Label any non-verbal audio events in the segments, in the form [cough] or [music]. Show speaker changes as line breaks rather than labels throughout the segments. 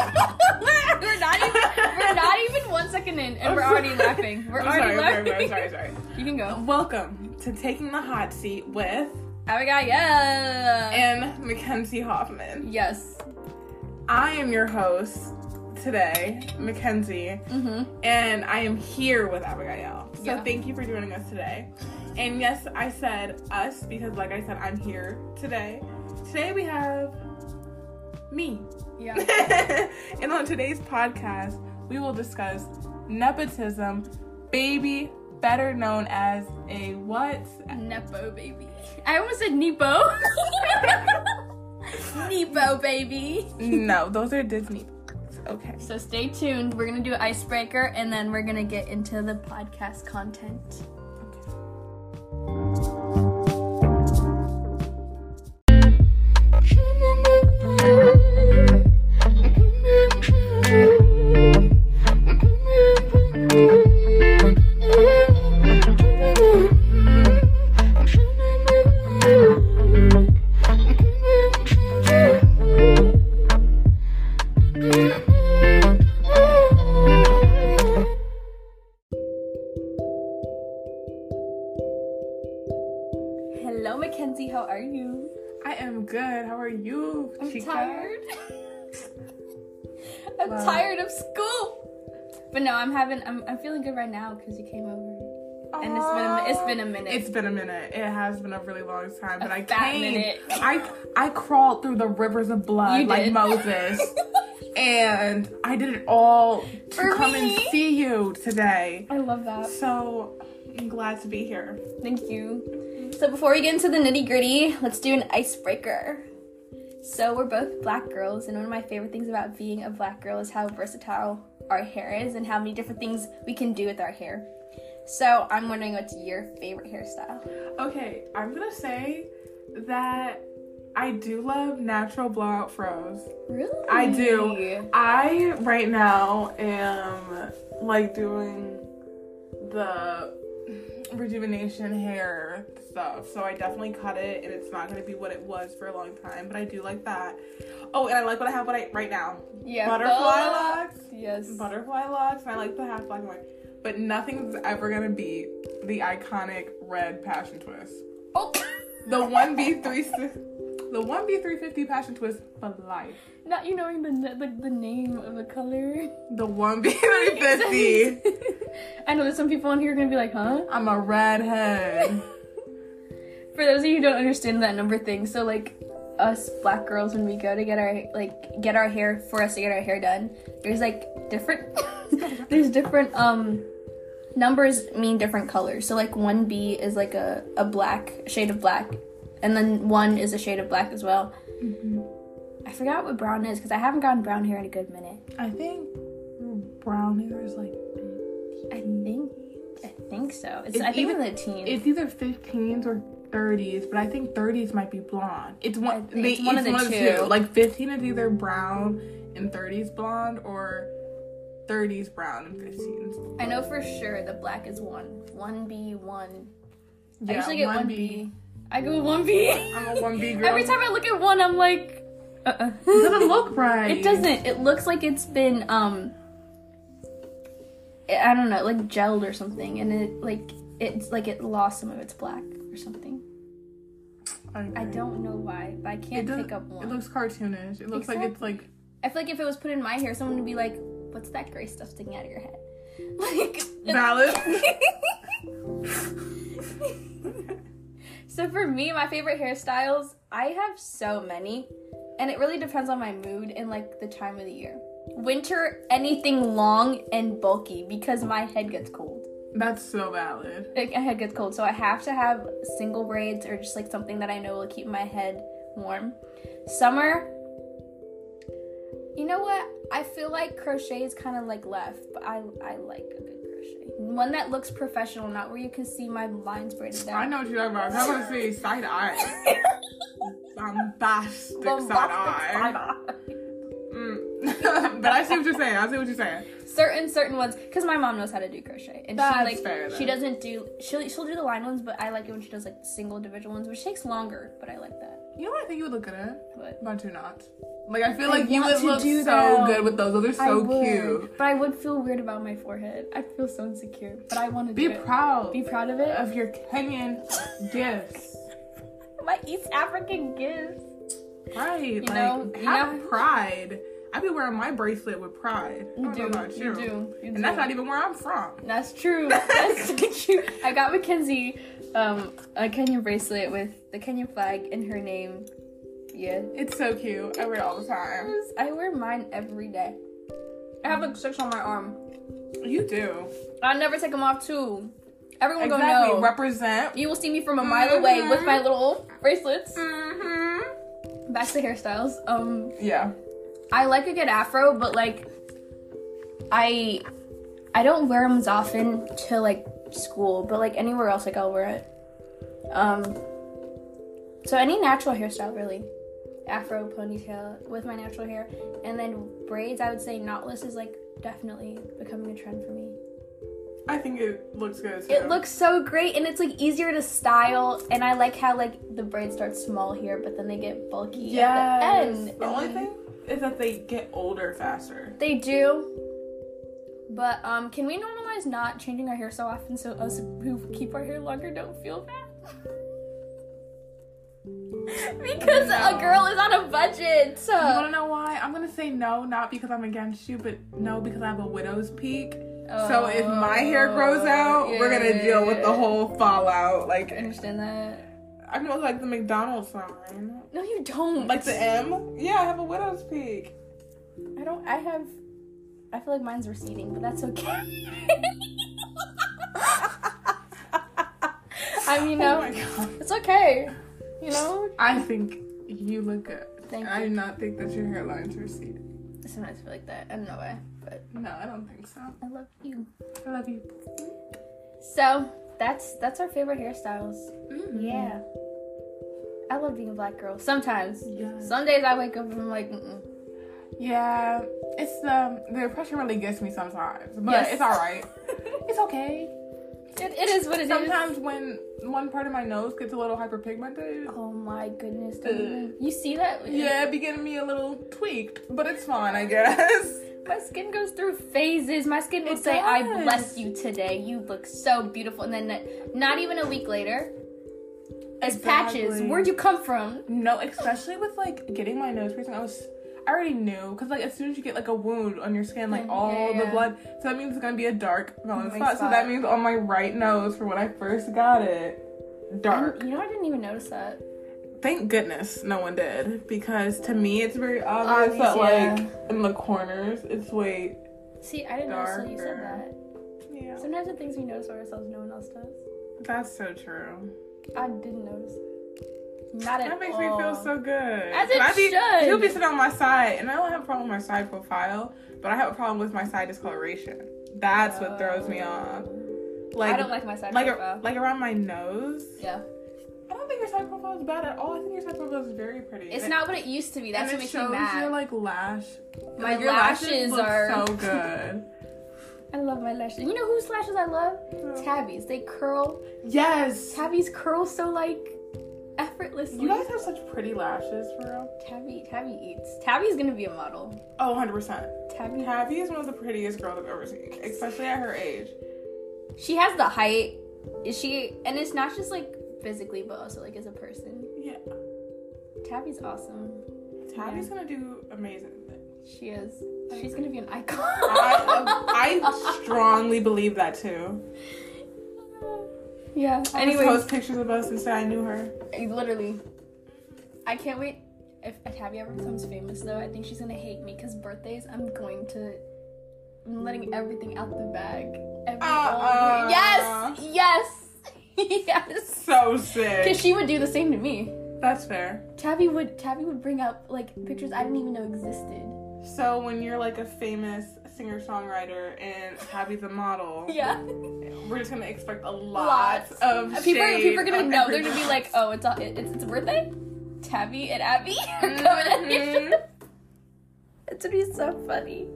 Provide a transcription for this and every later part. we're not even we're not even one second in and we're already laughing. We're
I'm sorry,
already
I'm
laughing.
sorry, I'm sorry, I'm sorry.
You can go.
Welcome to Taking the Hot Seat with
Abigail. Yeah.
and Mackenzie Hoffman.
yes.
I am your host today, Mackenzie,
Mm-hmm.
and I am here with Abigail. So
Yeah.
thank you for joining us today. And yes, I said us because, like I said, I'm here today. Today we have me.
Yeah.
[laughs] and on today's podcast, we will discuss nepotism, baby, better known as a what?
Nepo baby. I almost said Nepo. [laughs] Nepo baby. [laughs]
no, those are Disney. books. Okay.
So stay tuned. We're gonna do an icebreaker and then we're gonna get into the podcast content. Hello, Mackenzie. How are you?
I am good. How are you?
I'm
Chica?
tired. [laughs] I'm
Wow.
tired of school. But no, I'm having. I'm, I'm feeling good right now because you came over, and it's been a,
Aw.
it's been a minute.
It's been a minute. It has been a really long time, but
A
I
fat
came.
minute.
I I crawled through the rivers of blood
You
like
did.
Moses, and I did it all to
For
come and
me.
see you today.
[laughs] I love that.
So I'm glad to be here.
Thank you. So before we get into the nitty gritty, let's do an icebreaker. So we're both black girls, and one of my favorite things about being a black girl is how versatile our hair is and how many different things we can do with our hair. So I'm wondering what's your favorite hairstyle?
Okay, I'm gonna say that I do love natural blowout froze.
Really?
I do. I right now am like doing the rejuvenation hair stuff. So I definitely cut it and it's not gonna be what it was for a long time, but I do like that. Oh, and I like what I have what I right now.
Yeah. Oh.
Butterfly
uh,
locks.
Yes.
Butterfly locks, and I like the half black and white. But nothing's ever gonna be the iconic red passion twist.
oh. [laughs]
The one B three the one B three fifty passion twist for life.
Not you knowing the the, the name of the color.
The one B [laughs] three fifty.
[laughs] I know there's some people on here are gonna be like, huh?
I'm a redhead.
For those of you who don't understand that number thing, so like us black girls when we go to get our like get our hair for us to get our hair done, there's like different [laughs] there's different um numbers mean different colors. So like one B is like a, a black shade of black and then one is a shade of black as well. Mm-hmm. I forgot what brown is because I haven't gotten brown hair in a good minute.
I think brown hair is like
I think I think so. It's,
It's
I think
either-
in the teens.
it's either 15s or 30s, but I think 30s might be blonde. It's one.
think
They,
it's one of the two.
Like 15 is either brown and 30s blonde, or 30s brown and 15s.
I know for sure the black is one. One B, one. I
Yeah,
usually get one
1B.
B. I go with one B.
[laughs] I'm a one
[laughs]
B girl.
Every time I look at one, I'm like, uh.
it [laughs] doesn't look right.
It doesn't. It looks like it's been um. I I don't know, like gelled or something, and it like it's like it lost some of its black or something. I
agree.
don't know why, but I
It
can't
doesn't.
pick up one.
It looks cartoonish. It looks like it's like
I feel like if it was put in my hair, someone would be like, "What's that gray stuff sticking out of your head?" [laughs] Like
[laughs] valid.
[laughs] so for me, my favorite hairstyles, I have so many, and it really depends on my mood and like the time of the year. Winter, anything long and bulky because my head gets cold.
That's so valid.
Like, my head gets cold, so I have to have single braids or just like something that I know will keep my head warm. Summer, you know what? I feel like crochet is kind of like left, but I I like a good crochet. One that looks professional, not where you can see my lines braided down.
I know what you're talking about. I'm gonna say side eye. [laughs] bombastic
Bombastic
side eye.
side eye.
Mm. [laughs] but I see what you're saying. I see what you're saying.
[laughs] certain certain ones because my mom knows how to do crochet and
That's
she like
fair,
she
then.
doesn't do she'll she'll do the line ones but i like it when she does like single individual ones which takes longer but i like that
You know what I think you would look good in?
What?
Bantu knots. Like I feel
I
like you
want
would
to
look
do
so
them.
good with those. Those are
I
so
would,
cute.
But I would feel weird about my forehead. I feel so insecure. But I want to
Be
do it.
proud
Be proud of it.
[laughs] of your [laughs] Kenyan gifts.
my East African gifts.
Right. like
know, you
have
know-
pride. I be wearing my bracelet with pride. I
You
don't know
do.
about
You do. You do.
And that's not even where I'm from.
That's
[laughs]
true. That's [laughs] true. I got Mackenzie um, a Kenyan bracelet with the Kenyan flag and her name. Yeah.
It's so cute. I wear it all the time.
I wear mine every day. I have like six on my arm.
You do.
I never take them off too. Everyone
Exactly. Mm-hmm.
gonna know.
Represent.
you will see me from a mile away with my little bracelets.
Mm-hmm.
Back to hairstyles. Um,
Yeah.
I like a good afro, but like, I, I don't wear them as often to like school, but like anywhere else, like I'll wear it. Um. So any natural hairstyle really, afro ponytail with my natural hair, and then braids. I would say knotless is like definitely becoming a trend for me.
I think it looks good. Too.
It looks so great and it's like easier to style and I like how like the braids start small here but then they get bulky at
Yes.
the end.
The,
and
only
then-
thing is that they get older faster.
they do. But um can we normalize not changing our hair so often so us who keep our hair longer don't feel bad? [laughs] because a
No.
girl is on a budget.
You wanna
So
know why? I'm gonna say no, not because I'm against you, but no because I have a widow's peak. So if my hair
Oh,
grows out, we're gonna deal with the whole fallout. Like
I understand that.
I can look like the McDonald's sign,
No you don't.
like the M. Yeah, I have a widow's peak.
I don't. I have. I feel like mine's receding, but that's okay. [laughs] [laughs] I mean,
Oh
no,
my god.
it's okay. You know,
I think you look good.
Thank
I
you.
do not think that your hairline's receding.
sometimes I feel like that. I don't know why, but
No, I don't think so.
I love you.
I love you.
So that's that's our favorite hairstyles.
Mm-hmm.
Yeah. I love being a black girl. Sometimes.
Yeah.
Some days I wake up and I'm like, Mm-mm.
Yeah, it's the the depression really gets me sometimes, but
Yes.
it's all
[laughs]
right. it's okay.
it, it is what it is.
Sometimes when one part of my nose gets a little hyperpigmented,
Oh my goodness. don't even- You see that?
Uh. yeah, it be getting me a little tweaked, but it's fine, I guess.
My skin goes through phases. My skin will
It
say, I
does.
bless you today. You look so beautiful. And then not even a week later, it's patches.
Exactly.
Where'd you come from?
No, especially with like getting my nose piercing, I was I already knew because like as soon as you get like a wound on your skin, like
Yeah,
all the
yeah.
blood, so that means it's gonna be a dark melon
White
spot. So
spot.
that means on my right nose for when I first got it, dark.
You know, I didn't even notice that.
Thank goodness no one did because to me it's very obvious,
Obvious,
that
yeah.
like in the corners it's way
See, I didn't notice until you said
Darker.
that.
yeah
Sometimes the things we notice about ourselves, no one else does.
that's so true.
I didn't notice. Not at
That makes
all.
me feel so good.
As it
I be,
should.
He'll be sitting on my side, and I don't have a problem with my side profile, but I have a problem with my side discoloration. That's what throws me off. Like
Oh. I don't like my side
like
profile.
like around my nose.
yeah,
I don't think your side profile is bad at all. I think your side profile is very pretty.
it's
And-
not what it used to be.
and
That's what
it
makes me
shows
mad.
your like lash.
My
like, your
lashes
look
[laughs] are-
so good.
I love my lashes. You know whose lashes I love? Tabby's. They curl
[laughs] Yes.
Tabby's curls so like effortlessly.
You guys have such pretty lashes, for real.
Tabby, Tabby eats. Tabby's gonna be a model.
Oh, 100%.
Tabby,
Tabby is one of the prettiest girls I've ever seen, especially at her age.
she has the height. Is she? And it's not just like physically, but also like as a person.
Yeah.
Tabby's awesome.
Tabby's gonna do
[laughs]
amazing things.
She is. She's gonna be an icon.
I, I strongly believe that too.
yeah.
Anyway,
Anyways,
post pictures of us and say I knew her.
literally, I can't wait. If Tabby ever becomes famous, though, I think she's gonna hate me because birthdays, I'm going to. I'm letting everything out the bag. Every
Uh-uh.
old- Yes! Yes! [laughs] yes!
So sick.
Cause she would do the same to me.
That's fair.
Tabby would Tabby would bring up like pictures I didn't even know existed.
So when you're like a famous singer songwriter and Tabby's a model,
[laughs] Yeah.
we're just gonna expect a lot
Lots.
of
people are,
shade
people are gonna
from
know. They're gonna be
everyone.
like, oh, it's all, it, it's it's a birthday. Tabby and Abby [laughs] are coming. in.
Mhm.
[laughs] It's gonna be so funny.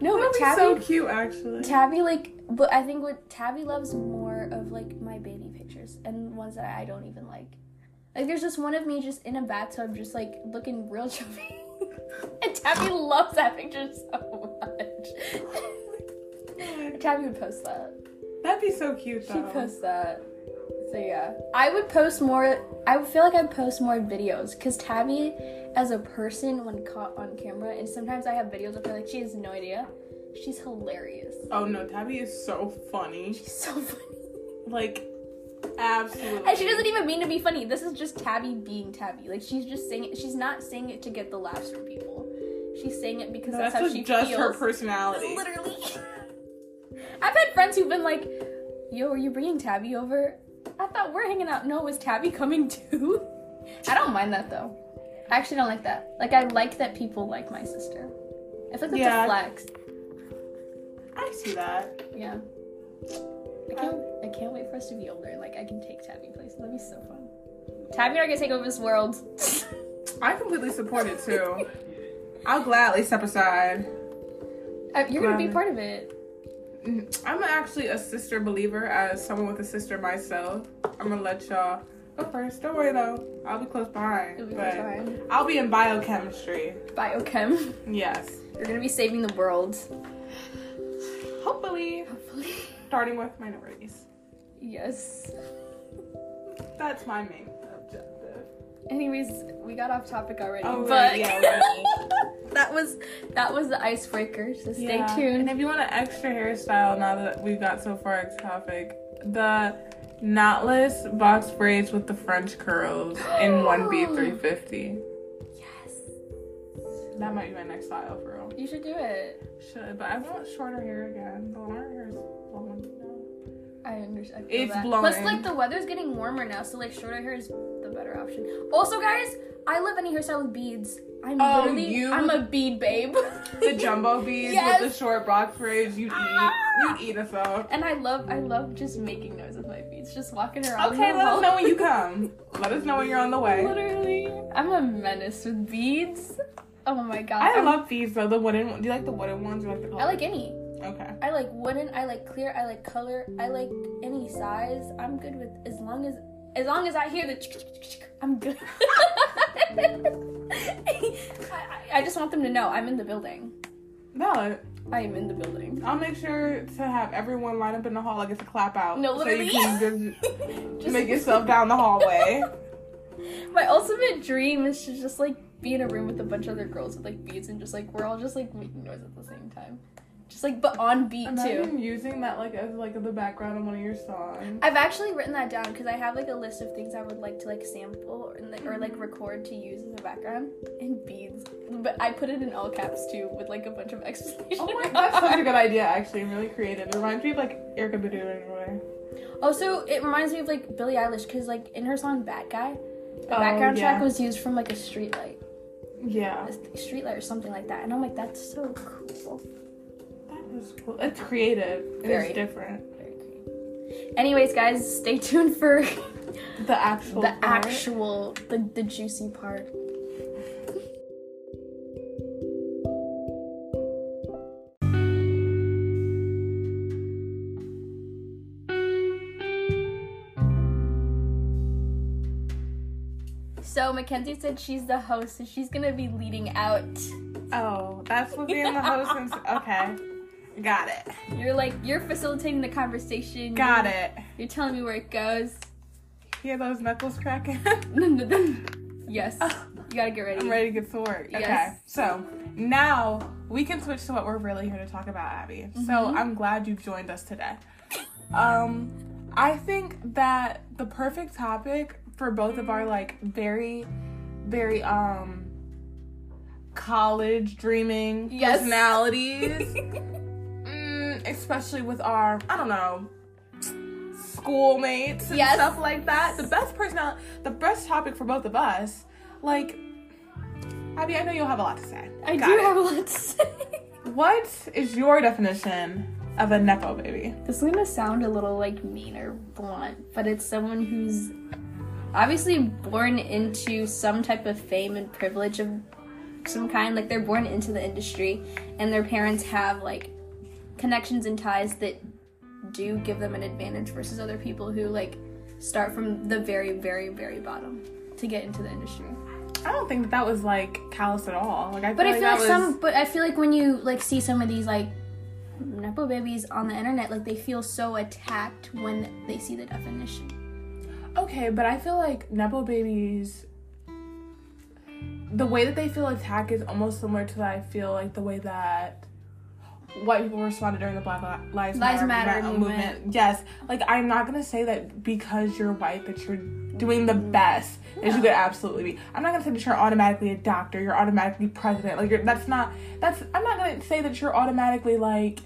No,
That'd
but
be
"Oh, Tabby
so cute, actually.
Tabby like, but I think what Tabby loves more of like my baby pictures and ones that I don't even like. Like there's just one of me just in a bathtub, just like looking real chubby. [laughs] and Tabby loves that picture so Oh much. Tabby would post that.
That'd be so cute
She'd
though.
post that. So yeah, I would post more. I would feel like I'd post more videos because Tabby, as a person, when caught on camera, and sometimes I have videos of her like she has no idea. She's hilarious. [laughs]
oh no, Tabby is so funny.
She's so funny,
Like, absolutely.
and she doesn't even mean to be funny. This is just Tabby being Tabby. Like she's just saying it. She's not saying it to get the laughs from people. She's saying it because
No,
that's,
that's
how
just,
she
just
feels.
her personality.
Literally. I've had friends who've been like, yo, are you bringing Tabby over? I thought we're hanging out. No, is Tabby coming too? I don't mind that though. I actually don't like that. Like, I like that people like my sister. I feel like that's
Yeah.
a flex.
I see that.
Yeah. I can't, I can't wait for us to be older and like I can take Tabby places. That'd be so fun. Tabby and I are gonna take over this world. [laughs]
I completely support it too. I'll gladly step aside.
Uh, You're gonna be
Um,
part of it.
Mhm. I'm actually a sister believer as someone with a sister myself. I'm gonna let y'all go first. Don't worry though. I'll be close behind.
It'll be
but
fine.
I'll be in biochemistry.
Biochem.
Yes.
You're gonna be saving the world.
Hopefully,
Hopefully.
starting with minorities.
Yes.
That's my main objective.
Anyways, we got off topic already,
Oh,
but [laughs]
right, yeah, right.
that was that was the icebreaker. So stay
Yeah. And
tuned.
if you want an extra hairstyle, now that we've got so far ex topic, the knotless box braids with the French curls
[gasps]
in one B three fifty.
Yes,
That might be my next style for real.
you should do it.
Should, but I want shorter hair again. The longer hair is blowing. down.
I understand. I feel
It's
that.
blowing.
Plus, like the weather's getting warmer now, so like shorter hair is the better option. Also, guys, I love any hairstyle with beads. I'm
Oh,
literally
you-
I'm a bead babe.
The
[laughs]
jumbo beads
Yes.
with the short box braids, you'd eat.
Ah!
You'd eat us up.
and I love I love just making noise with my beads, just walking around.
Okay,
the
let us
mall.
know when you come. Let us know when you're on the way.
Literally, I'm a menace with beads. Oh my god,
I
I'm-
love these though. The wooden. one- Do you like the wooden ones or like the?
I like any.
Okay.
I like wooden, I like clear, I like color, I like any size. I'm good with as long as as long as I hear the I'm good. [laughs] I, I, I just want them to know I'm in the building.
No,
I am in the building. [laughs]
I'll make sure to have everyone line up in the hall like it's a clap out.
No, literally.
So you can just
[laughs] Just-
make
[laughs]
yourself down the hallway.
My ultimate dream is to just like be in a room with a bunch of other girls with like beats and just like we're all just like making noise at the same time. Just like but on beat too.
Imagine using that like as like the background on one of your songs.
I've actually written that down because I have like a list of things I would like to like sample or, like, or like
Mm-hmm.
record to use as a background and beads. But I put it in all caps too with like a bunch of [laughs] exclamation.
Oh my,
marks.
that's such a good idea. Actually, and really creative. It reminds me of like Erica Badu in a way.
[laughs] Also, it reminds me of like Billie Eilish because like in her song "Bad Guy," the
Oh,
background
yeah.
track was used from like a street light,
Yeah,
a street light or something like that, and I'm like, that's so cool.
that is cool. It's creative. and
Very.
It's different.
Very cool. Anyways, guys, stay tuned for [laughs]
The actual.
the
part.
actual, the the juicy part. So Mackenzie said she's the host, so she's gonna be leading out.
Oh, that's what being
[laughs]
the host. Since okay, got it.
You're like you're facilitating the conversation.
Got it.
You're telling me where it goes. [laughs]
Hear those knuckles cracking? [laughs]
yes. You gotta get ready.
Ah. I'm ready to get to work. Okay.
Yes.
So now we can switch to what we're really here to talk about, Abby. So
Mm-hmm.
I'm glad you've joined us today. Um, I think that the perfect topic for both of our like very, very um college dreaming
Yes. [laughs]
personalities. mm, especially with our, I don't know, schoolmates and
Yes.
stuff like that. The best personality, the best topic for both of us. Like, Abby, I know you'll have a lot to say.
I
Got
do
it.
have a lot to say. [laughs]
What is your definition of a nepo baby?
This is gonna sound a little like mean or blunt, but it's someone who's obviously born into some type of fame and privilege of some kind. Like they're born into the industry, and their parents have like connections and ties that do give them an advantage versus other people who like start from the very, very, very bottom. to get into the industry.
I don't think that that was like callous at all. Like I feel
But
like
I feel
that
like
was,
some. But I feel like when you like see some of these like nepo babies on the internet, like they feel so attacked when they see the definition.
Okay, but I feel like nepo babies. The way that they feel attacked is almost similar to I feel like the way that white people responded during the Black Li- Lives,
Lives Matter
Yes, like I'm not gonna say that because you're white that you're doing the best as you could absolutely be. I'm not gonna say that you're automatically a doctor. You're automatically president. Like you're, that's not. That's I'm not gonna say that you're automatically like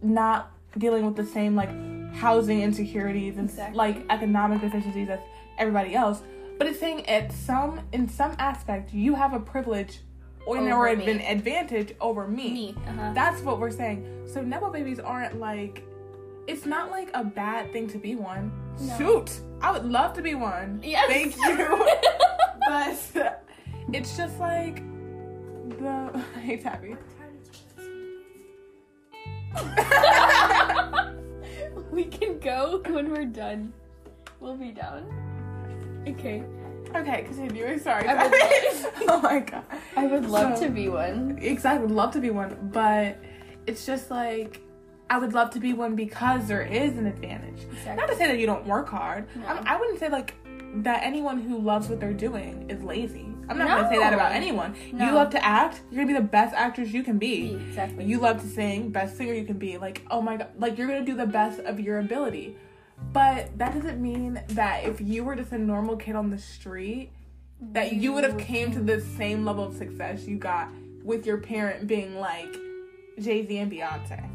not dealing with the same like housing insecurities and
Exactly.
like economic deficiencies as everybody else. But it's saying at some in some aspect you have a privilege or an
Over
or
me.
an advantage over me.
Me, uh-huh.
That's what we're saying. So nepo babies aren't like it's not like a bad thing to be one.
No.
Shoot, I would love to be one.
Yes. [laughs]
Thank you. but it's just like the [laughs] hey Tabby.
[laughs] we can go when we're done. We'll be down. Okay.
Okay, continuing. Sorry.
I
[laughs]
would
Tabby. oh my god.
I would love
So-
to be one.
Exactly, would love to be one, but it's just like I would love to be one because there is an advantage. Not to say that you don't work hard.
No.
I'm, I wouldn't say like that anyone who loves what they're doing is lazy. I'm not gonna say that
No.
about anyone.
No.
You love to act. You're gonna be the best actress you can be.
Exactly.
You love to sing. Best singer you can be. Like oh my god. Like you're gonna do the best of your ability. But that doesn't mean that if you were just a normal kid on the street, that you would have came to the same level of success you got with your parent being like Jay Z and Beyonce.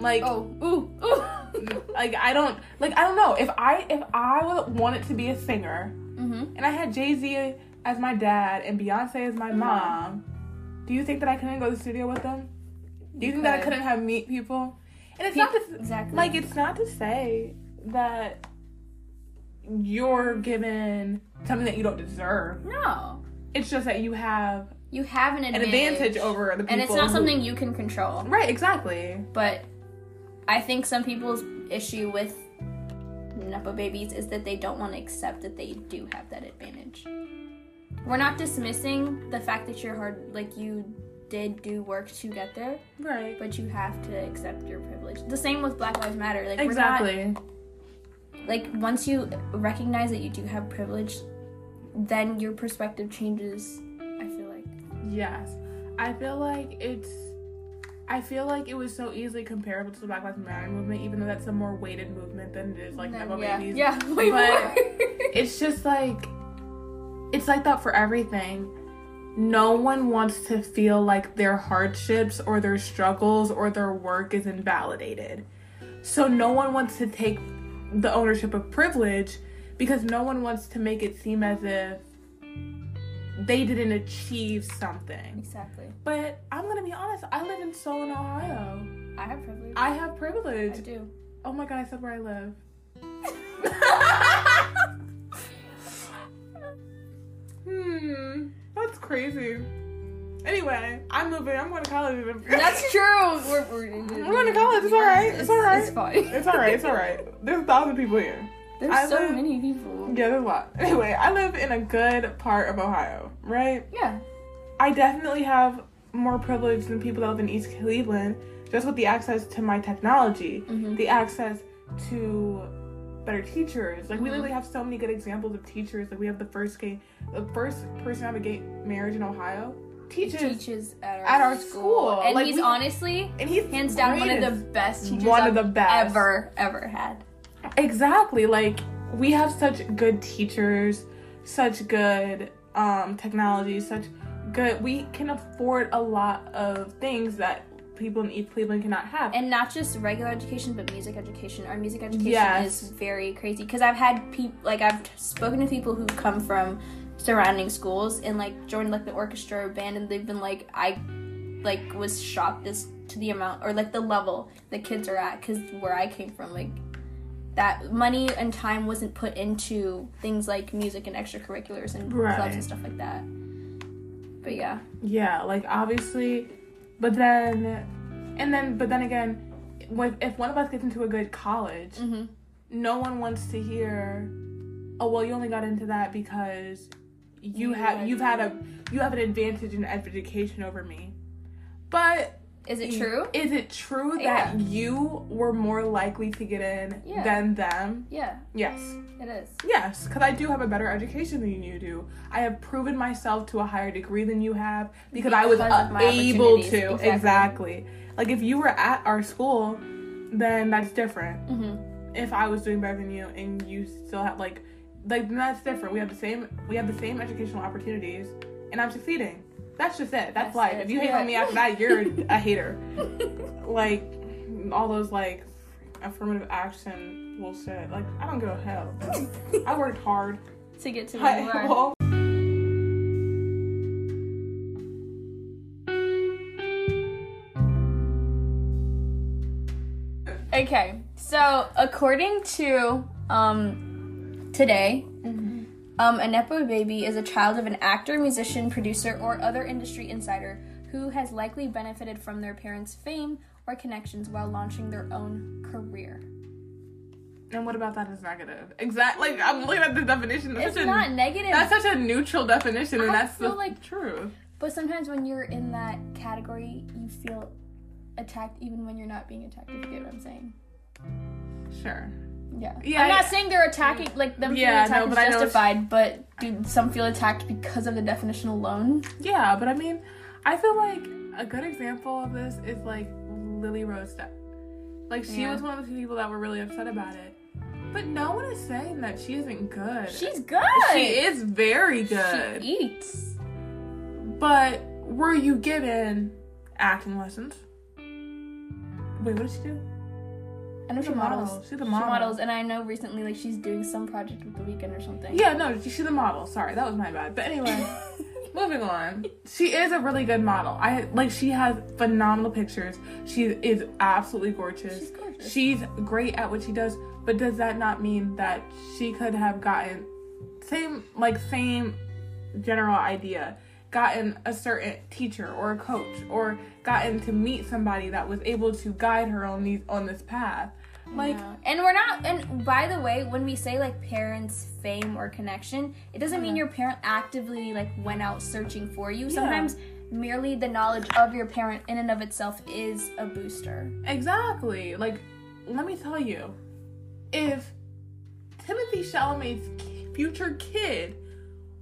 Like
Oh, [laughs] ooh, ooh.
like I don't like I don't know if I if I wa- wanted to be a singer
mm-hmm.
and I had Jay Z as my dad and Beyonce as my mom, do you think that I couldn't go to the studio with them? Do you think that I
could.
couldn't have meet people? And it's not to,
Exactly.
like it's not to say that you're given something that you don't deserve.
No.
It's just that you have
You have an
an
advantage.
advantage over the people.
And it's not
who-
something you can control.
right. Exactly.
But I think some people's issue with Nepo babies is that they don't want to accept that they do have that advantage. We're not dismissing the fact that you're hard, like you did do work to get there,
Right.
but you have to accept your privilege. The same with Black Lives Matter. Like we're not-
Exactly.
like once you recognize that you do have privilege then your perspective changes i feel like
Yes. I feel like it's I feel like it was so easily comparable to the Black Lives Matter movement, even though that's a more weighted movement than it is like Nepo
yeah
Babies.
yeah [laughs] way
But-
more.
It's just like it's like that for everything. No one wants to feel like their hardships or their struggles or their work is invalidated. So no one wants to take the ownership of privilege because no one wants to make it seem as if they didn't achieve something.
exactly
But I'm gonna be honest, I live in Solon, Ohio.
i have privilege
I have
I
privilege.
do
Oh my god, I said where I live. hmm, that's crazy. Anyway, I'm moving. I'm going to college.
that's true we're, we're,
I'm going to college. It's all right. It's all right.
it's
[laughs]
fine
It's all right. It's all right. There's a thousand people here.
there's
I
so
live-
many people
Yeah, there's a lot. Anyway, I live in a good part of Ohio, right?
yeah
I definitely have more privilege than people that live in East Cleveland, just with the access to my technology,
Mhm.
the access to better teachers. Like we
Mm-hmm.
literally have so many good examples of teachers. Like we have the first gay, the first person out of gay marriage in Ohio teaches,
teaches at our,
At our school,
and
like,
he's
we-
honestly
and he's
hands down one of
greatest.
the best teachers
One of
I've
the best.
ever ever had
Exactly. Like we have such good teachers, such good um technology, such good we can afford a lot of things that people in East Cleveland cannot have.
and not just regular education but music education our music education
Yes.
is very crazy because i've had people like i've spoken to people who come from surrounding schools and like joined like the orchestra or band and they've been like i like was shocked as to the amount or like the level the kids are at because where i came from like that money and time wasn't put into things like music and extracurriculars and clubs
Right.
and stuff like that but yeah
Yeah, like obviously, but then, and then, but then again, with, if one of us gets into a good college,
Mhm.
no one wants to hear, oh, well, you only got into that because you
You
have
had-
you've had a you have an advantage in education over me. But
Is it true?
Is it true
Yeah.
that you were more likely to get in
Yeah.
than them?
Yeah,
Yes.
it is.
Yes, because I do have a better education than you do. I have proven myself to a higher degree than you have because, I was
Because of my
able
opportunities,
to. Exactly.
exactly.
Like if you were at our school, then that's different.
hmm
If I was doing better than you and you still have like, like then that's different. We have the same. We have the same educational opportunities, and I'm succeeding. That's just it. That's,
That's
life.
it.
If you hate
Yeah.
on me after that, you're
[laughs]
a hater.
Mm-hmm.
Like all those like affirmative action bullshit. Like I don't give a hell. I worked hard.
to get to where
I-
you are.
well,
Okay, so according to um today,
mm-hmm.
um, a nepo baby is a child of an actor, musician, producer, or other industry insider who has likely benefited from their parents' fame or connections while launching their own career.
and what about that is negative? Exactly. Like I'm looking at the definition. That's
It's
such a,
not negative,
That's such a neutral definition, and
I
that's the
feel like-
truth.
but sometimes when you're in that category, you feel attacked even when you're not being attacked. If you get what I'm saying?
Sure.
Yeah.
Yeah,
I'm not
I- Mm.
saying they're attacking like them
Yeah, no,
feeling
but
attacked
I
is
know-
justified, but do some feel attacked because of the definition alone?
Yeah, but I mean, I feel like a good example of this is like Lily Rose Depp. Like she
Yeah.
was one of the people that were really upset about it. But no one is saying that she isn't good.
She's good.
She is very good.
She eats.
but were you given acting lessons? Wait, what did she do?
I know
She's
she
a model.
models.
She's a
She
model.
models, and I know recently like she's doing some project with the weekend or something.
Yeah, no, she's a model. Sorry, that was my bad. But
[laughs]
anyway, [laughs] moving on. She is a really good model. I like she has phenomenal pictures. She is absolutely gorgeous.
She's gorgeous.
She's great at what she does, but does that not mean that she could have gotten same like same general idea, gotten a certain teacher or a coach or gotten to meet somebody that was able to guide her on these on this path. Like
Yeah. And we're not. And by the way, when we say like parents' fame or connection, it doesn't
Uh-huh.
mean your parent actively like went out searching for you. Sometimes merely the knowledge of your parent in and of itself is a booster.
Exactly. Like, let me tell you, if Timothy Chalamet's ki- future kid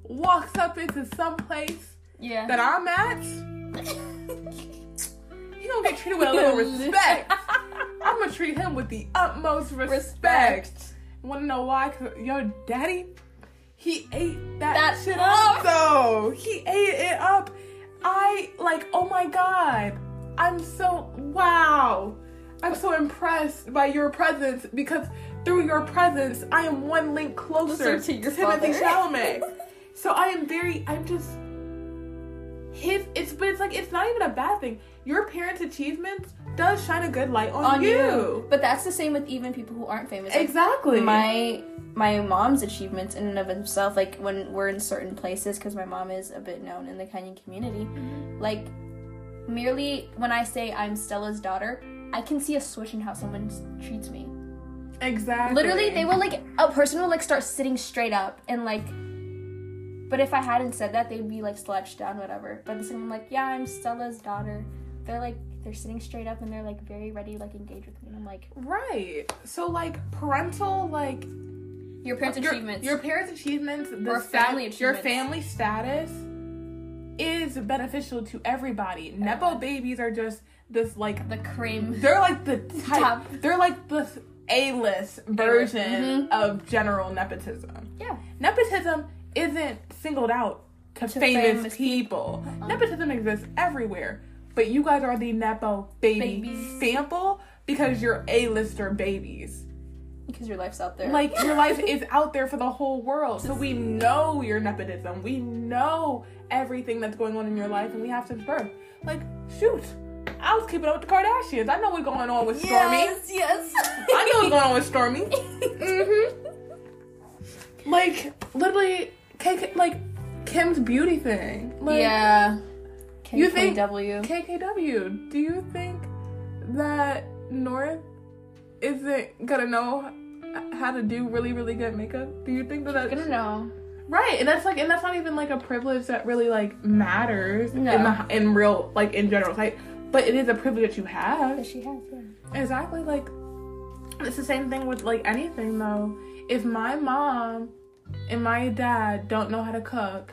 walks up into some place
Yeah.
that I'm at, he gonna get treated with a
[laughs]
little [laughs] respect. I'm gonna treat him with the utmost respect. Wanna know why? 'Cause your daddy, he ate that,
That
shit
up.
up. Though he ate it up. I like. Oh my god. I'm so wow. I'm so impressed by your presence because through your presence, I am one link closer,
Closer to your
Timothy
father. [laughs]
Chalamet. so I am very. I'm just his it's but it's like it's not even a bad thing. Your parents' achievements does shine a good light on,
on
you.
you. But that's the same with even people who aren't famous. Like,
Exactly.
my my mom's achievements in and of himself like when we're in certain places because my mom is a bit known in the kenyan community
Mm-hmm.
like merely when i say i'm stella's daughter i can see a switch in how someone s- treats me
exactly.
literally they will like a person will like start sitting straight up and like but if i hadn't said that they'd be like slouched down whatever but the second i'm like yeah i'm stella's daughter they're like they're sitting straight up and they're like very ready to like engage with me and i'm like
Right. So like parental like
your parents
your,
achievements
Your parents' achievements, the
Or
stat-
family
your
achievements.
family status is beneficial to everybody. Nepo babies are just this like
the cream
they're like the type
Top.
they're like the A-list version
Mm-hmm.
of general nepotism.
yeah
nepotism isn't singled out to, famous,
famous Uh-huh.
people. Nepotism exists everywhere, but you guys are the nepo baby
Babies.
sample because you're A-lister babies.
because your life's out there.
Like your life is out there for the whole world, so we know your nepotism. We know everything that's going on in your life, and we have since birth. Like shoot. I was keeping up with the Kardashians. I know what's going on with Stormy.
yes. [laughs]
I know what's going on with Stormy.
Mm-hmm.
Like literally, KK, like Kim's beauty thing. [laughs] Like,
yeah. KKW.
You think- KKW. Do you think that North isn't gonna know h- how to do really, really good makeup? Do you think that
Gonna
that's
know.
Right, and that's like, and that's not even like a privilege that really like matters
No.
in the in real like in general sight, but it is a privilege that you have.
That she has, yeah.
Exactly, like it's the same thing with like anything though. If my mom and my dad don't know how to cook,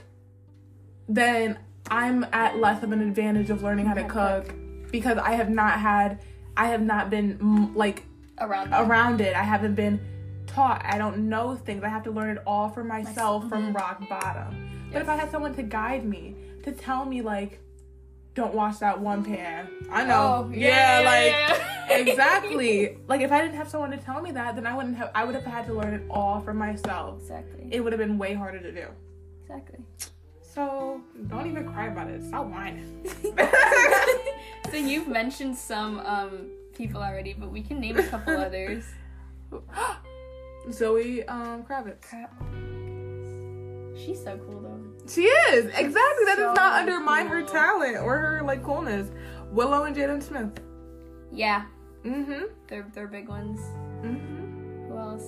then I'm at less of an advantage of learning how to cook because I have not had, I have not been mm, like
Around. that.
around it. I haven't been taught. I don't know things. I have to learn it all for myself
Mm-hmm.
from rock bottom. But if I had someone to guide me, to tell me like, don't wash that one pan. I know.
Oh,
yeah,
yeah, yeah,
like [laughs]
yeah.
exactly. Like if I didn't have someone to tell me that, then I wouldn't have I would have had to learn it all for myself.
[laughs] Exactly.
It would have been way harder to do.
Exactly.
So don't even cry about it. Stop whining.
[laughs] so you've mentioned some um people already, but we can name a couple [laughs] others.
Zoe um Kravitz.
Crap. She's so cool though.
She is exactly. That does
So
not undermine her
cool.
talent or her like coolness. Willow and Jaden Smith.
Yeah,
Mm-hmm.
they're they're big ones.
mm-hmm.
Who else?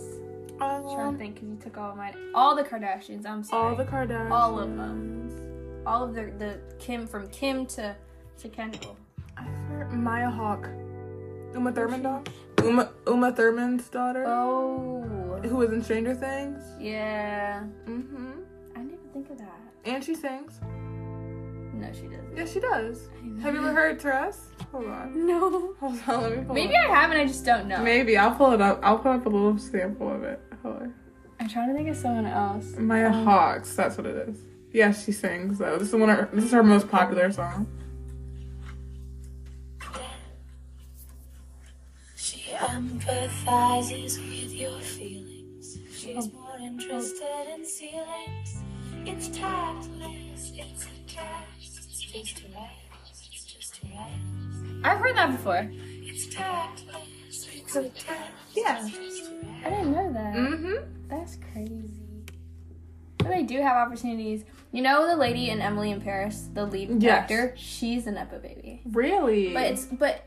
trying to
Um,
think because you took all mine. All the Kardashians. I'm sorry.
all the Kardashians.
All of them. All of their the Kim from Kim to to Kendall.
I swear, Maya Hawk. Uma Thurman daughter. Uma Uma Thurman's
Uh.
daughter,
Oh.
who was in Stranger Things.
Yeah.
Mm-hmm.
I didn't even think of that.
And she sings.
No, she doesn't.
Yes, she does. Have you ever heard Tress? Hold on.
No.
Hold on. Let me pull.
Mm-hmm. Maybe
It
I have and I just don't
up.
know.
Maybe I'll pull it up. I'll pull up a little sample of it. Hold on.
I'm trying to think of someone else.
Maya Hawks, that's what it is. Yeah, she sings though. This is one of her, this is her most popular song.
She empathizes with your feelings. She's more interested in ceilings. It's tactless, it's a text. It's just a race, it's just a race.
I've heard that before.
It's tactless, it's a text.
Yeah.
It's just a race.
I didn't know that.
Mm-hmm.
That's crazy. But they do have opportunities. You know the lady in Emily in Paris, the lead
Yes.
actor, she's an epa baby.
Really?
But it's but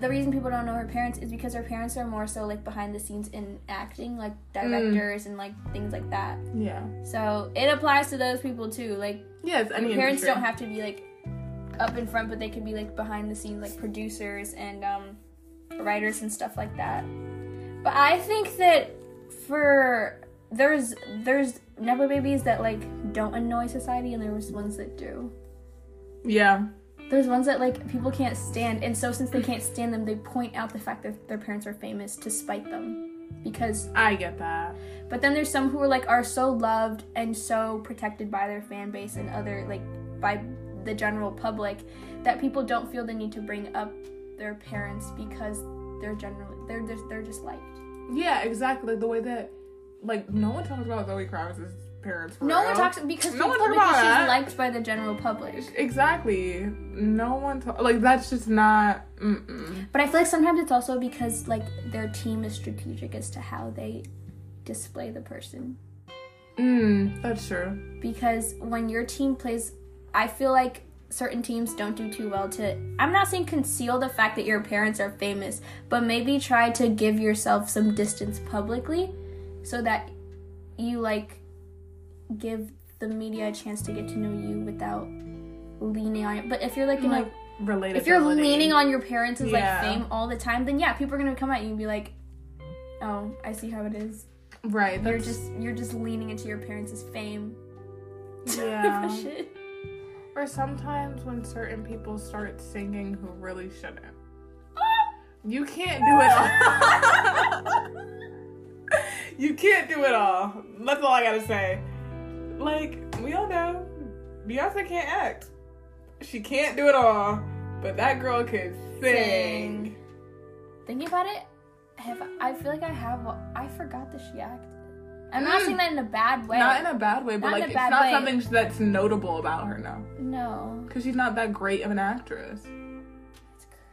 the reason people don't know her parents is because her parents are more so like behind the scenes in acting, like directors and like things like that.
yeah.
So it applies to those people too. Like
Yes, any
your parents
industry.
don't have to be like up in front, but they can be like behind the scenes, like producers and um, writers and stuff like that. But I think that for there's there's never babies that like don't annoy society, and there's ones that do.
Yeah.
There's ones that like people can't stand, and so since they can't stand them, they point out the fact that their parents are famous to spite them, because
I get that.
but then there's some who are like are so loved and so protected by their fan base and other like by the general public that people don't feel the need to bring up their parents because they're generally they're just they're just liked.
Yeah, exactly. Like the way that like no one talks about Zoe Kravitz's parents. for
No one
real.
talks because
No one talk
people- because
about
she's
that.
liked by the general public.
Exactly. No one talks. Like that's just not. Mm-mm.
But I feel like sometimes it's also because like their team is strategic as to how they display the person.
Mm, that's true.
because when your team plays i feel like certain teams don't do too well to i'm not saying conceal the fact that your parents are famous but maybe try to give yourself some distance publicly so that you like give the media a chance to get to know you without leaning on it but if you're like in a
Like related.
if you're leaning on your parents'
Yeah.
like fame all the time then yeah people are gonna come at you and be like oh i see how it is
right,
you're
that's
just you're just leaning into your parents' fame [laughs]
yeah.
Shit.
Or sometimes when certain people start singing who really shouldn't. You can't do it all. [laughs] you can't do it all. That's all I gotta say. Like, we all know Beyonce can't act. She can't do it all, but that girl can sing.
Sing. Thinking about it, have I feel like I have I forgot that she acted. I'm not
Mm.
saying that in a bad way.
Not in a bad way, but
Not in
like
a
it's
bad
not
way.
something that's notable about her now.
no.
Because she's not that great of an actress.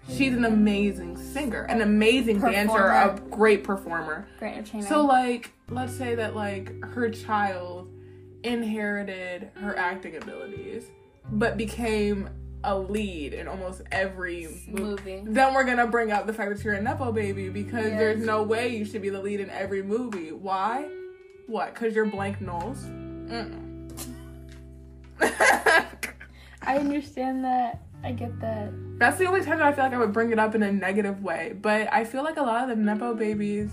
She's an amazing singer, an amazing dancer, a
Performer.
great performer.
Great entertainment.
So like, let's say that like her child inherited her acting abilities, but became a lead in almost every movie.
movie.
Then we're gonna bring up the fact that you're a nepo baby because
Yes.
there's no way you should be the lead in every movie. Why? What? Cause you're blank Knowles? Mm-mm. [laughs]
I understand that. I get that.
That's the only time that I feel like I would bring it up in a negative way. But I feel like a lot of the Nepo
Mm.
babies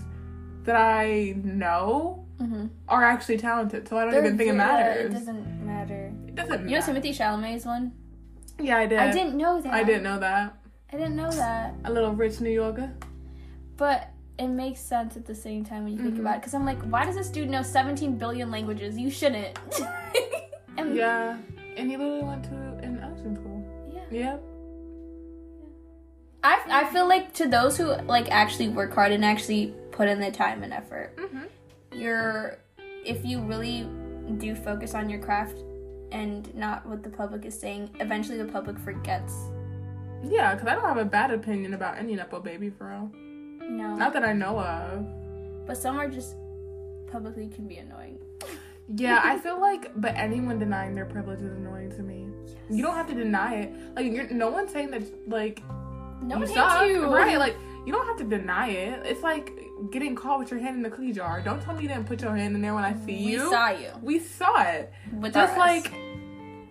that I know
Mhm.
are actually talented, so I don't even think it
It
matters.
doesn't matter.
It doesn't
You know
matter.
Timothy Chalamet's one?
Yeah, I did.
I didn't know that.
I didn't know that.
I didn't know that.
A little rich New Yorker.
But it makes sense at the same time when you
Mm-hmm.
think about it. Because I'm like, why does this dude know 17 billion languages? You shouldn't. [laughs] and
Yeah. And he literally went to an ocean school.
yeah.
Yep.
I, I feel like to those who like actually work hard and actually put in the time and effort,
Mhm.
you're if you really do focus on your craft and not what the public is saying, eventually the public forgets.
Yeah, because I don't have a bad opinion about any Nepo baby, for real.
You know,
Not that I know of.
but some are just publicly can be annoying.
Yeah,
Mm-hmm.
I feel like, but anyone denying their privilege is annoying to me. You don't have to deny it. Like, you're, no one's saying that, like,
No
you
one hates
suck.
you,
Right, like, you don't have to deny it. It's like getting caught with your hand in the cookie jar. Don't tell me you didn't put your hand in there when I see
We
you.
saw you.
We saw it.
With
Just
our eyes.
like,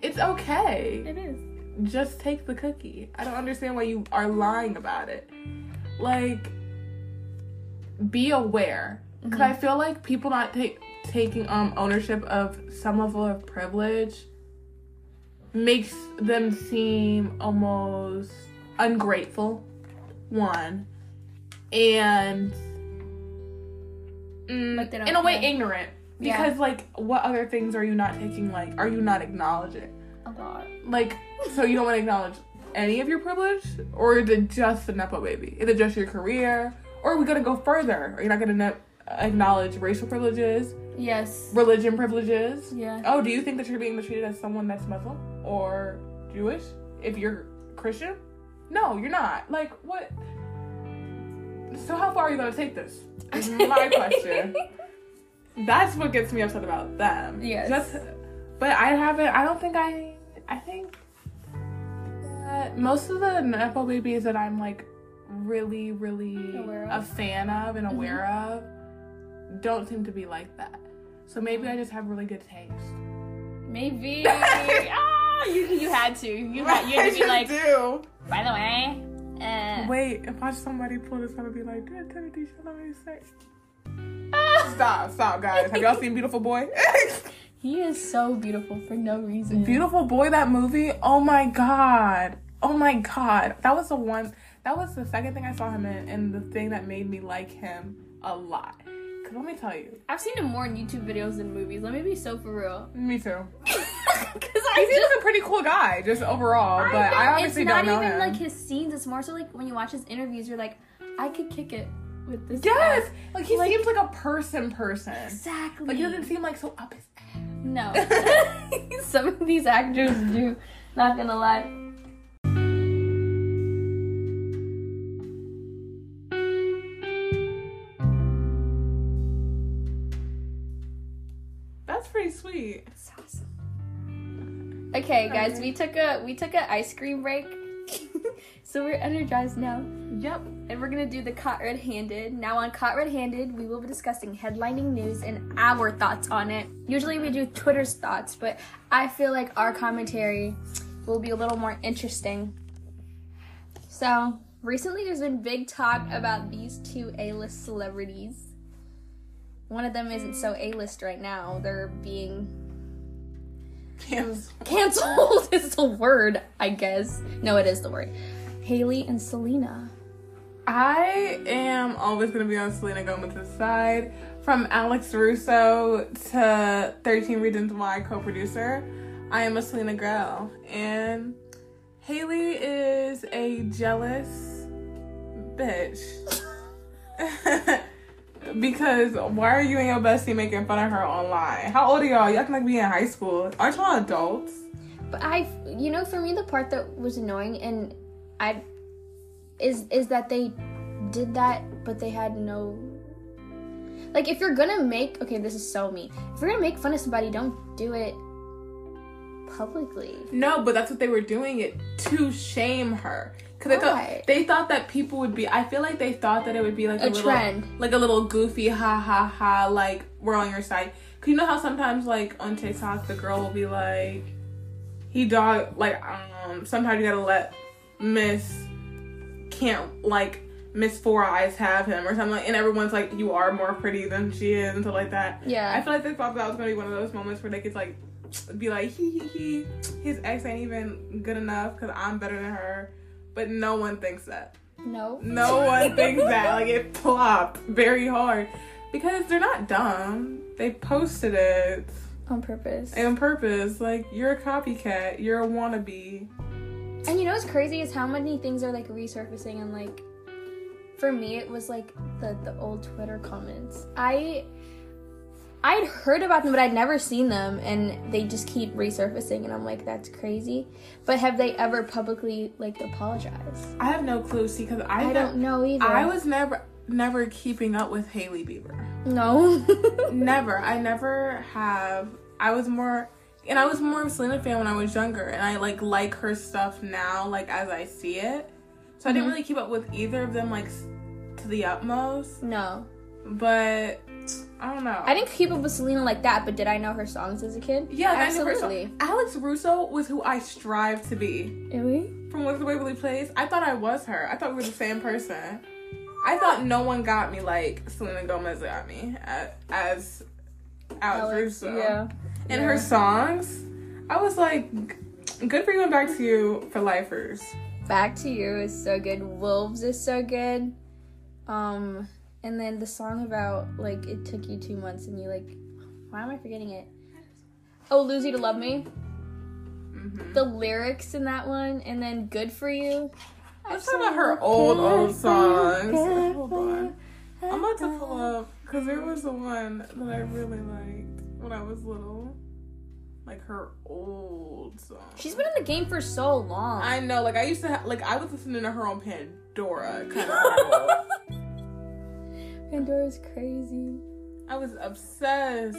it's okay.
it is.
Just take the cookie. I don't understand why you are lying about it. Like, be aware. Because
Mm-hmm.
I feel like people not take, taking um ownership of some level of privilege makes them seem almost ungrateful. One. And. mm,
Like they don't
in a way,
care.
ignorant.
Yeah.
Because, like, what other things are you not taking? Like, are you not acknowledging?
A lot.
Like, so you don't want to acknowledge any of your privilege, or is it just the nepo baby? Is it just your career, or are we gonna go further? Are you not gonna ne- acknowledge racial privileges,
Yes.
religion privileges?
Yeah.
Oh, do you think that you're being mistreated as someone that's Muslim or Jewish if you're Christian? No, you're not. Like, what? So how far are you gonna take this? Is my question. That's what gets me upset about them.
Yes.
Just, but I haven't. I don't think I. I think that Uh, most of the nepo babies that I'm like really, really
Aware
a
of.
fan of Mm-hmm. and aware of don't seem to be like that. So maybe I just have really good [laughs] taste.
Maybe. [laughs] ah, you, you had to. You had, you had [laughs] to be like,
do.
by the way. Uh,
Wait, if I somebody pull this up and be like, "Did Timothy Chalamet say?"
ah.
Stop, stop, guys. Have y'all seen Beautiful Boy? [laughs]
He is so beautiful for no reason.
Beautiful Boy, that movie. Oh my god. Oh my god. That was the one. That was the second thing I saw him in, and the thing that made me like him a lot. Cause let me tell you,
I've seen him more in YouTube videos than movies. Let me be so for real. [laughs]
me too.
Because I
He's
just.
just a pretty cool guy, just overall.
I
But I,
don't-
obviously
it's not
don't know
even
him.
like his scenes. It's more so like when you watch his interviews, you're like, I could kick it with this.
yes,
guy.
like he
Like-
seems like a person, person.
exactly.
Like he doesn't seem like so up his ass. [laughs]
No. [laughs] Some of these actors do. Not gonna lie.
That's pretty sweet.
It's awesome. Okay, guys, we took a we took a ice cream break, [laughs] so we're energized now,
Yep.
and we're gonna do the caught red-handed. Now on caught red-handed, we will be discussing headlining news and our thoughts on it. Usually we do Twitter's thoughts, but I feel like our commentary will be a little more interesting. So recently, there's been big talk about these two A-list celebrities. One of them isn't so A-list right now; they're being [laughs]
Yes.
Cancelled is the word, I guess. No, it is the word. Haley and Selena.
I am always gonna be on Selena Gomez's side, from Alex Russo to 13 Reasons Why co-producer. I am a Selena girl, and Haley is a jealous bitch. [laughs] because why are you and your bestie making fun of her online? How old are y'all? Y'all can like be in high school. Aren't y'all adults?
But I, you know, for me, the part that was annoying and I is is that they did that, but they had no. Like, if you're gonna make okay, this is so me. If you're gonna make fun of somebody, don't do it publicly.
No, but that's what they were doing it to shame her. Cause they
Why?
thought they thought that people would be. I feel like they thought that it would be like a,
A
little,
trend.
like a little goofy ha ha ha. Like we're on your side. Cause you know how sometimes like on TikTok the girl will be like, he dog like um sometimes you gotta let Miss can't like Miss Four Eyes have him or something, and everyone's like, "You are more pretty than she is," and stuff like that.
Yeah.
I feel like they thought that was gonna be one of those moments where they could like be like, "He he he, his ex ain't even good enough because I'm better than her," but no one thinks that.
No. [laughs]
No one thinks that. Like it plopped very hard because they're not dumb. They posted it
On purpose.
on purpose. Like you're a copycat. You're a wannabe.
And you know what's crazy is how many things are like resurfacing and like for me it was like the the old Twitter comments. I I'd heard about them but I'd never seen them and they just keep resurfacing and I'm like that's crazy. But have they ever publicly like apologized?
I have no clue. See, because I,
I don't know either.
I was never never keeping up with Haley Bieber.
No. [laughs]
Never. I never have. I was more, and I was more of a Selena fan when I was younger, and I like like her stuff now, like as I see it. So I
Mm-hmm.
didn't really keep up with either of them, like s- to the utmost.
no.
But I don't know.
I didn't keep up with Selena like that, but did I know her songs as a kid?
Yeah, like, I
absolutely.
knew Alex Russo was who I strive to be.
Really?
From What's the Waverly Place, I thought I was her. I thought we were the same person. I thought no one got me like Selena Gomez got me as, as Alex,
Alex,
Russo.
yeah.
And
yeah.
her songs, I was like, g- good for you and back to you for lifers.
Back to You is so good. Wolves is so good. Um, and then the song about like it took you two months and you like, why am I forgetting it? Oh, lose you to love me. The lyrics in that one, and then good for you.
Let's talk about her old, old songs. Hold on. I'm about to pull up because there was the one that I really liked when I was little. Like her old song.
She's been in the game for so long.
I know, like I used to, ha- like I was listening to her on Pandora.
[laughs]
Kind of
Pandora's crazy.
I was obsessed.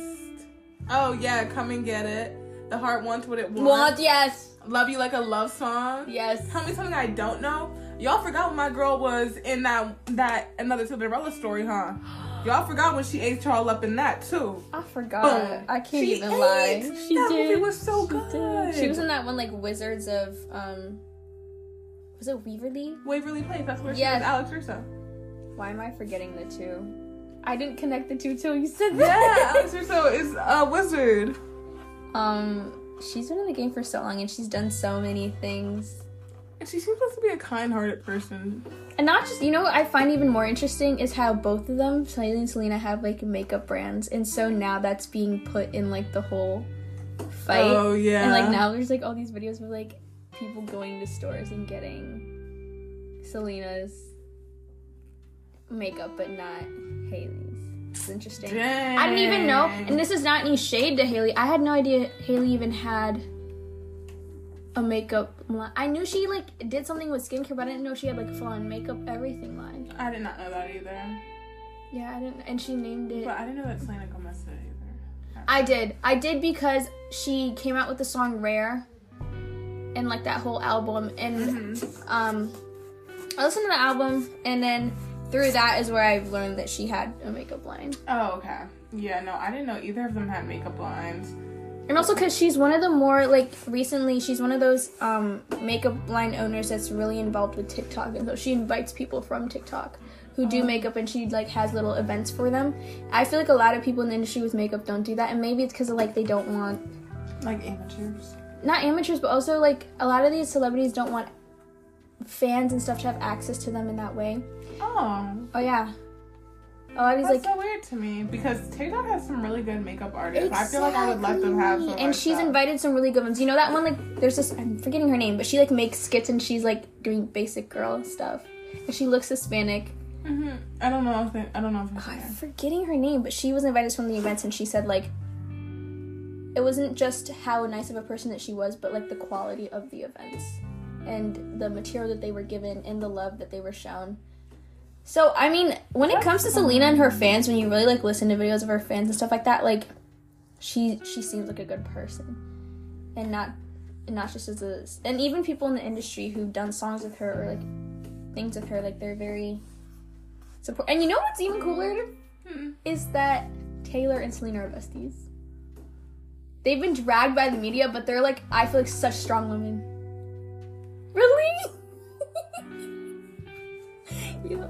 Oh yeah, come and get it. The heart wants what it wants.
Want yes,
Love you like a love song.
yes.
Tell me something I don't know. Y'all forgot when my girl was in that that another Cinderella story,
[gasps]
huh? Y'all forgot when she ate y'all up in that too.
I forgot.
Boom.
I can't
She
even
ate.
lie.
That movie was so
She did.
good.
She was in that one like Wizards of um, was it Weaverly?
Waverly Place. That's where
Yes.
she was. Alex
[laughs]
Russo.
Why am I forgetting the two? I didn't connect the two till you said
Yeah,
that.
Alex Russo is a wizard.
[laughs] Um, she's been in the game for so long and she's done so many things.
And she seems to be a kind-hearted person.
And not just, you know, what I find even more interesting is how both of them, Shaley and Selena, have like makeup brands. And so now that's being put in like the whole fight.
Oh yeah.
And like now there's like all these videos of like people going to stores and getting Selena's makeup, but not Haley's. It's interesting.
Dang.
I didn't even know, and this is not any shade to Haley. I had no idea Haley even had a makeup line. I knew she like did something with skincare, but I didn't know she had like a full on makeup everything line.
I did not know that either.
Yeah, I didn't, and she named it.
But I didn't know that Selena Gomez did either.
I did, I did because she came out with the song Rare, and like that whole album, and um, I listened to the album, and then through that is where I learned that she had a makeup line.
Oh okay. Yeah, no, I didn't know either of them had makeup lines.
And also because she's one of the more like recently, she's one of those um, makeup line owners that's really involved with TikTok, and so she invites people from TikTok who do makeup, and she like has little events for them. I feel like a lot of people in the industry with makeup don't do that, and maybe it's because like they don't want
Like amateurs.
not amateurs, but also like a lot of these celebrities don't want fans and stuff to have access to them in that way.
Oh.
Oh yeah, a lot of these
That's
like
so weird to me because TikTok has some really good makeup artists. I feel like I would let them have some. of
And
our
she's
stuff.
invited some really good ones. You know that one like there's this I'm forgetting her name, but she like makes skits and she's like doing basic girl stuff. And she looks Hispanic.
Mhm. I don't know if they, I don't know if it's
Oh, I'm
there.
forgetting her name, but she was invited to some of the events and she said like it wasn't just how nice of a person that she was, but like the quality of the events and the material that they were given and the love that they were shown. So I mean, when it comes to Selena and her fans, when you really like listen to videos of her fans and stuff like that, like she she seems like a good person, and not and not just as a and even people in the industry who've done songs with her or like things with her, like they're very support. And you know what's even cooler
Hmm.
is that Taylor and Selena are besties. They've been dragged by the media, but they're like, I feel like such strong women. Really? [laughs] you,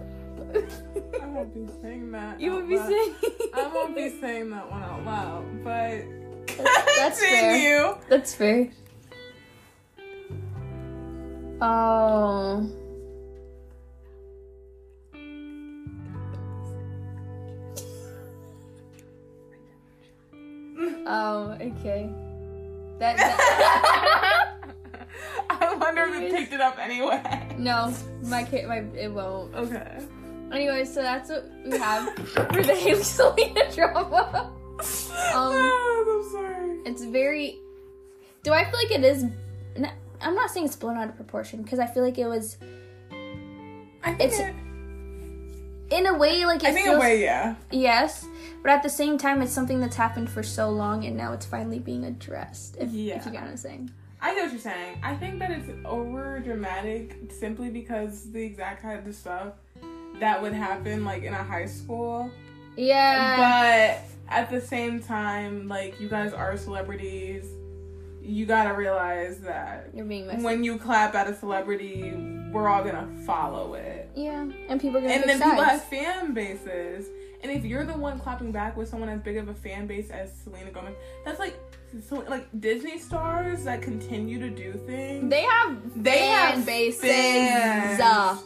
I won't be saying that.
[laughs] you
out
would be
loud.
saying.
I
[laughs]
won't be saying that one out loud, but
That's fair.
continue.
That's fair. Oh. Oh, okay.
[laughs]
That, that
I wonder if it picked it up anyway.
no, my kid, my it won't.
Okay.
Anyway, so that's what we have for the [laughs] Haley Selena drama.
Ah, [laughs] I'm sorry.
It's very. Do I feel like it is? n- I'm not saying it's blown out of proportion because I feel like it was
I think
it's-
it-
in a way like it
I think
feels
a way, yeah.
yes, but at the same time it's something that's happened for so long and now it's finally being addressed. If,
Yeah.
if you get what I'm saying.
I get what you're saying. I think that it's over dramatic simply because the exact kind of stuff that would happen like in a high school.
Yeah.
But at the same time, like you guys are celebrities. You gotta realize that
You're being messy.
when you clap at a celebrity, we're all gonna follow it.
yeah, and people are gonna
And
pick
then people
sides.
have fan bases. And if you're the one clapping back with someone as big of a fan base as Selena Gomez, that's like so like Disney stars that continue to do things.
They have
They
fan
have
bases.
fans.
Uh,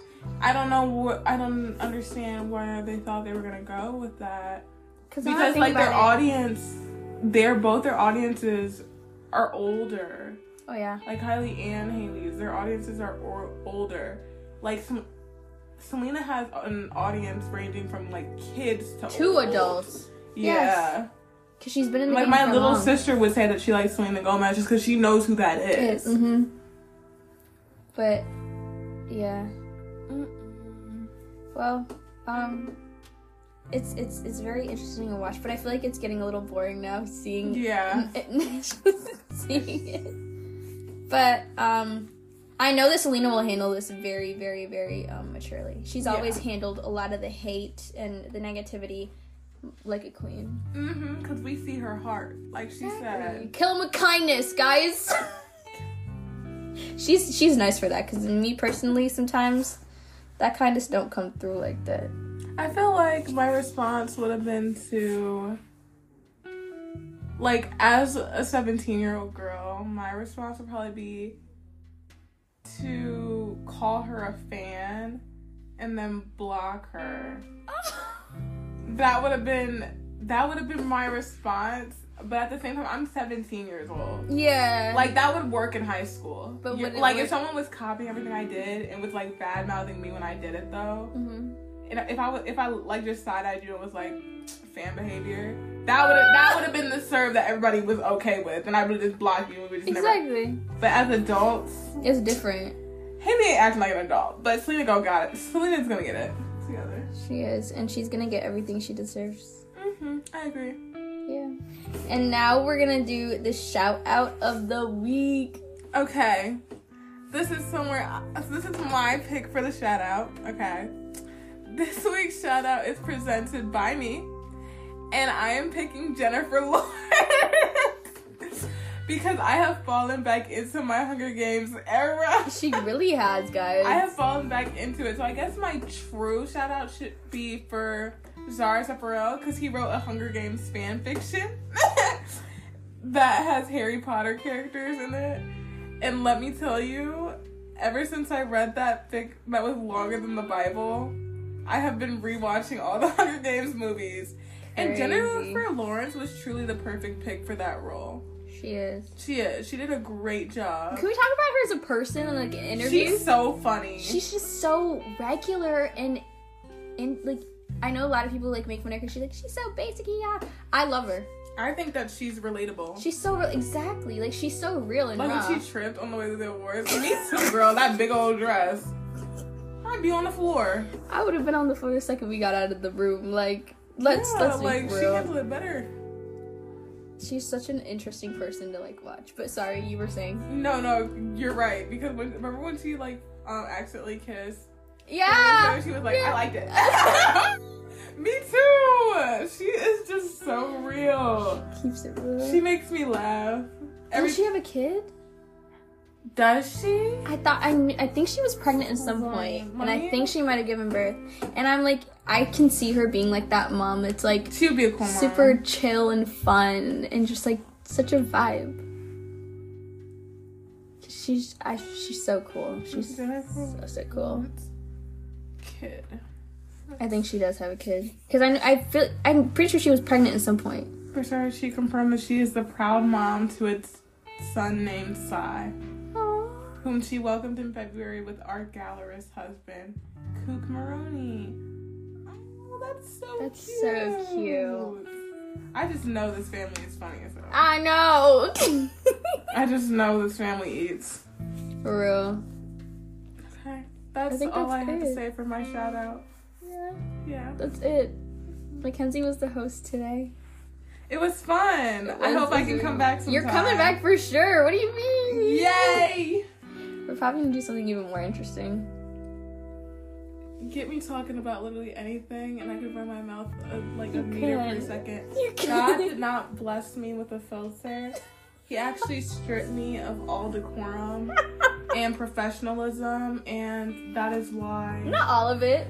I don't know what I don't understand where they thought they were gonna go with that.
Cause now I
Because
think
like their
about it-
audience, their both their audiences are older.
Oh yeah.
Like Kylie and Haley's, their audiences are or- older. Like some, Selena has an audience ranging from like kids to
Two
old.
adults.
Yeah.
Cause she's been in the
Like
game
my
for
little
long.
sister would say that she likes Selena Gomez just because she knows who that is.
Mm-hmm. But yeah. Well, um, it's it's it's very interesting to watch, but I feel like it's getting a little boring now seeing [laughs]
Yeah.
seeing it. But um, I know that Selena will handle this very very very um, maturely. She's always handled a lot of the hate and the negativity like a queen.
Mm-hmm. Because we see her heart, like she said.
Kill him with kindness, guys. she's she's nice for that because me personally, sometimes that kindness don't come through like that.
I feel like my response would have been to, like, as a 17 year old girl, my response would probably be to call her a fan and then block
[laughs]
her. That would have been that would have been my response. But at the same time, I'm 17 years old.
yeah.
Like that would work in high school.
But
You-
would it
like
work-
if someone was copying everything I did and was like bad mouthing me when I did it though,
Mhm.
and if I was, if I like just side eyed you and was like fan behavior, that would have that would have been the serve that everybody was okay with, and I would have just blocked you. And we just never.
exactly.
But as adults,
It's different.
Haley ain't acting like an adult. But Selena go got it. Selena's gonna get it together.
She is, and she's gonna get everything she deserves.
Mm-hmm. I agree.
Yeah. And now we're gonna do the shout out of the week.
Okay. This is somewhere. This is my pick for the shout out. Okay. This week's shout out is presented by me, and I am picking Jennifer [laughs] Lawrence because I have fallen back into my Hunger Games era.
She really has, guys.
I have fallen back into it, so I guess my true shout out should be for Zara Zaparel because he wrote a Hunger Games fan fiction [laughs] that has Harry Potter characters in it. And let me tell you, ever since I read that fic that was longer than the Bible, I have been rewatching all the [laughs] Hunger Games movies. And
Crazy.
Jennifer Lawrence was truly the perfect pick for that role.
she is.
She is. She did a great job.
Can we talk about her as a person in like an interview?
She's so funny.
she's just so regular and and like I know a lot of people like make fun of her because she's like she's so basic. Yeah, I love her.
I think that she's relatable.
She's so real. Exactly, like she's so real and
Like
raw.
when she tripped on the way to the awards. Me too, girl. That big old dress. I'd be on the floor.
I would have been on the floor the second we got out of the room. Like let's
Yeah,
let's be
like she
real.
handled it better.
She's such an interesting person to like watch. But sorry, you were saying.
No, no, you're right. Because when, remember when she like um accidentally kissed?
Yeah.
she was like,
Ah,
I
yeah.
liked [laughs] it. Me too. She is just so real.
keeps it real.
She makes me laugh. Every-
Does she have a kid?
Does she?
I thought I kn- I think she was pregnant at some point, and I think she might have given birth. And I'm like, I can see her being like that mom. It's like
She would be a cool mom.
super chill and fun, and just like such a vibe. She's I, she's so cool. She's so so cool.
kid.
I think she does have a kid because I I feel I'm pretty sure she was pregnant at some point.
For sure, she confirmed that she is the proud mom to its son named Sai, whom she welcomed in February with art gallerist husband, Kook Maroney. Oh, that's so
That's
cute.
so cute.
I just know this family is funny as hell.
I know. [laughs]
I just know this family eats.
For real.
Okay. That's
think
all
that's
I have to
good.
say for my shout out.
Yeah.
Yeah.
That's it. Mackenzie was the host today.
It was fun. I
was-
hope I can come back sometime.
You're coming back for sure. What do you mean?
Yay!
We're probably gonna do something even more interesting.
Get me talking about literally anything, and I could run my mouth uh, like a
You
meter per
could.
second.
You
God did not bless me with a filter. He actually stripped me of all
[laughs]
decorum and professionalism, and that is why
[laughs] Not all of it.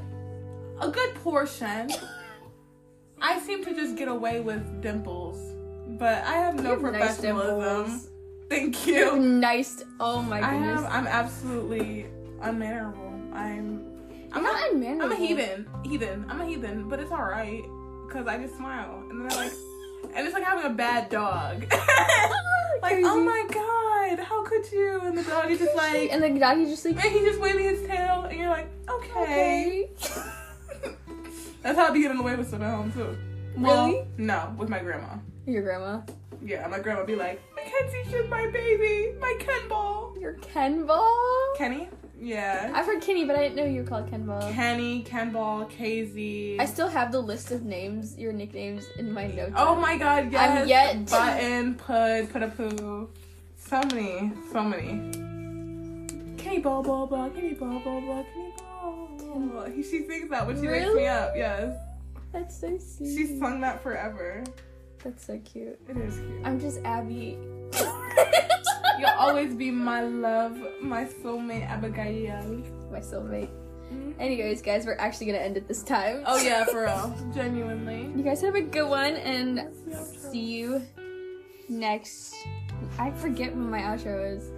a good portion. I seem to just get away with dimples, but I have no
You have nice
professionalism.
dimples.
Thank
You have
you.
nice. Oh my
I
goodness.
have. I'm absolutely unmannerable. I'm. I'm
not unmannerable.
I'm a heathen. Heathen. I'm a heathen, but it's all right because I just smile and then I
[laughs]
like, and it's like having a bad dog. [laughs] like,
Crazy.
oh my god, how could you? And the dog is just like,
and the doggy just like.
and he's just waving his tail, and you're like, okay.
Okay.
[laughs] That's how I be getting away with stuff at home too.
Really?
no, with my grandma.
Your grandma.
Yeah, my grandma be like, Mackenzie, she's my baby, my Ken ball.
Your Ken ball.
Kenny? Yeah.
I've heard Kenny, but I didn't know you were called Ken ball.
Kenny, Ken ball, KZ.
I still have the list of names, your nicknames, in my notes.
Oh my god, yes.
I'm yet to-
Button, pud, put a poo. So many, so many. Kenny ball, ball, ball, Kenny ball, ball, ball, Kenny ball. ball. He, she sings that when she wakes
Really?
me up, yes.
That's so sweet.
She's sung that forever.
That's so cute.
It is cute.
I'm just
[laughs]
Abby.
You'll always be my love, my soulmate, Abigail.
my soulmate.
Mhm.
Anyways, guys, we're actually gonna end it this time.
Oh, yeah, for real. [laughs] Genuinely.
You guys have a good one and see you next. I forget what my outro is.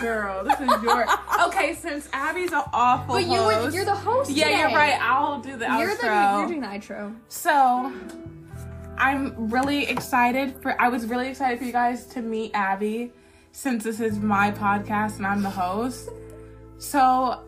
Girl, this is your. [laughs] Okay, since Abby's an awful
But you were,
host-
you're the host.
Yeah,
today.
you're right. I'll do the
You're
outro.
the you're doing the outro.
So, I'm really excited for. I was really excited for you guys to meet Abby, since this is my podcast and I'm the host. So,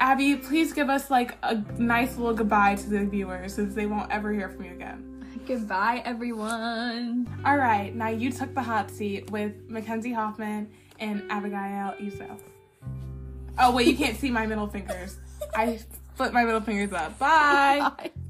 Abby, please give us like a nice little goodbye to the viewers, since they won't ever hear from you again.
Goodbye, everyone.
All right, now you took the hot seat with Mackenzie Hoffman and Abigail Yusuf. Oh wait, you can't see my middle fingers. I flipped my middle fingers up. Bye.
Bye.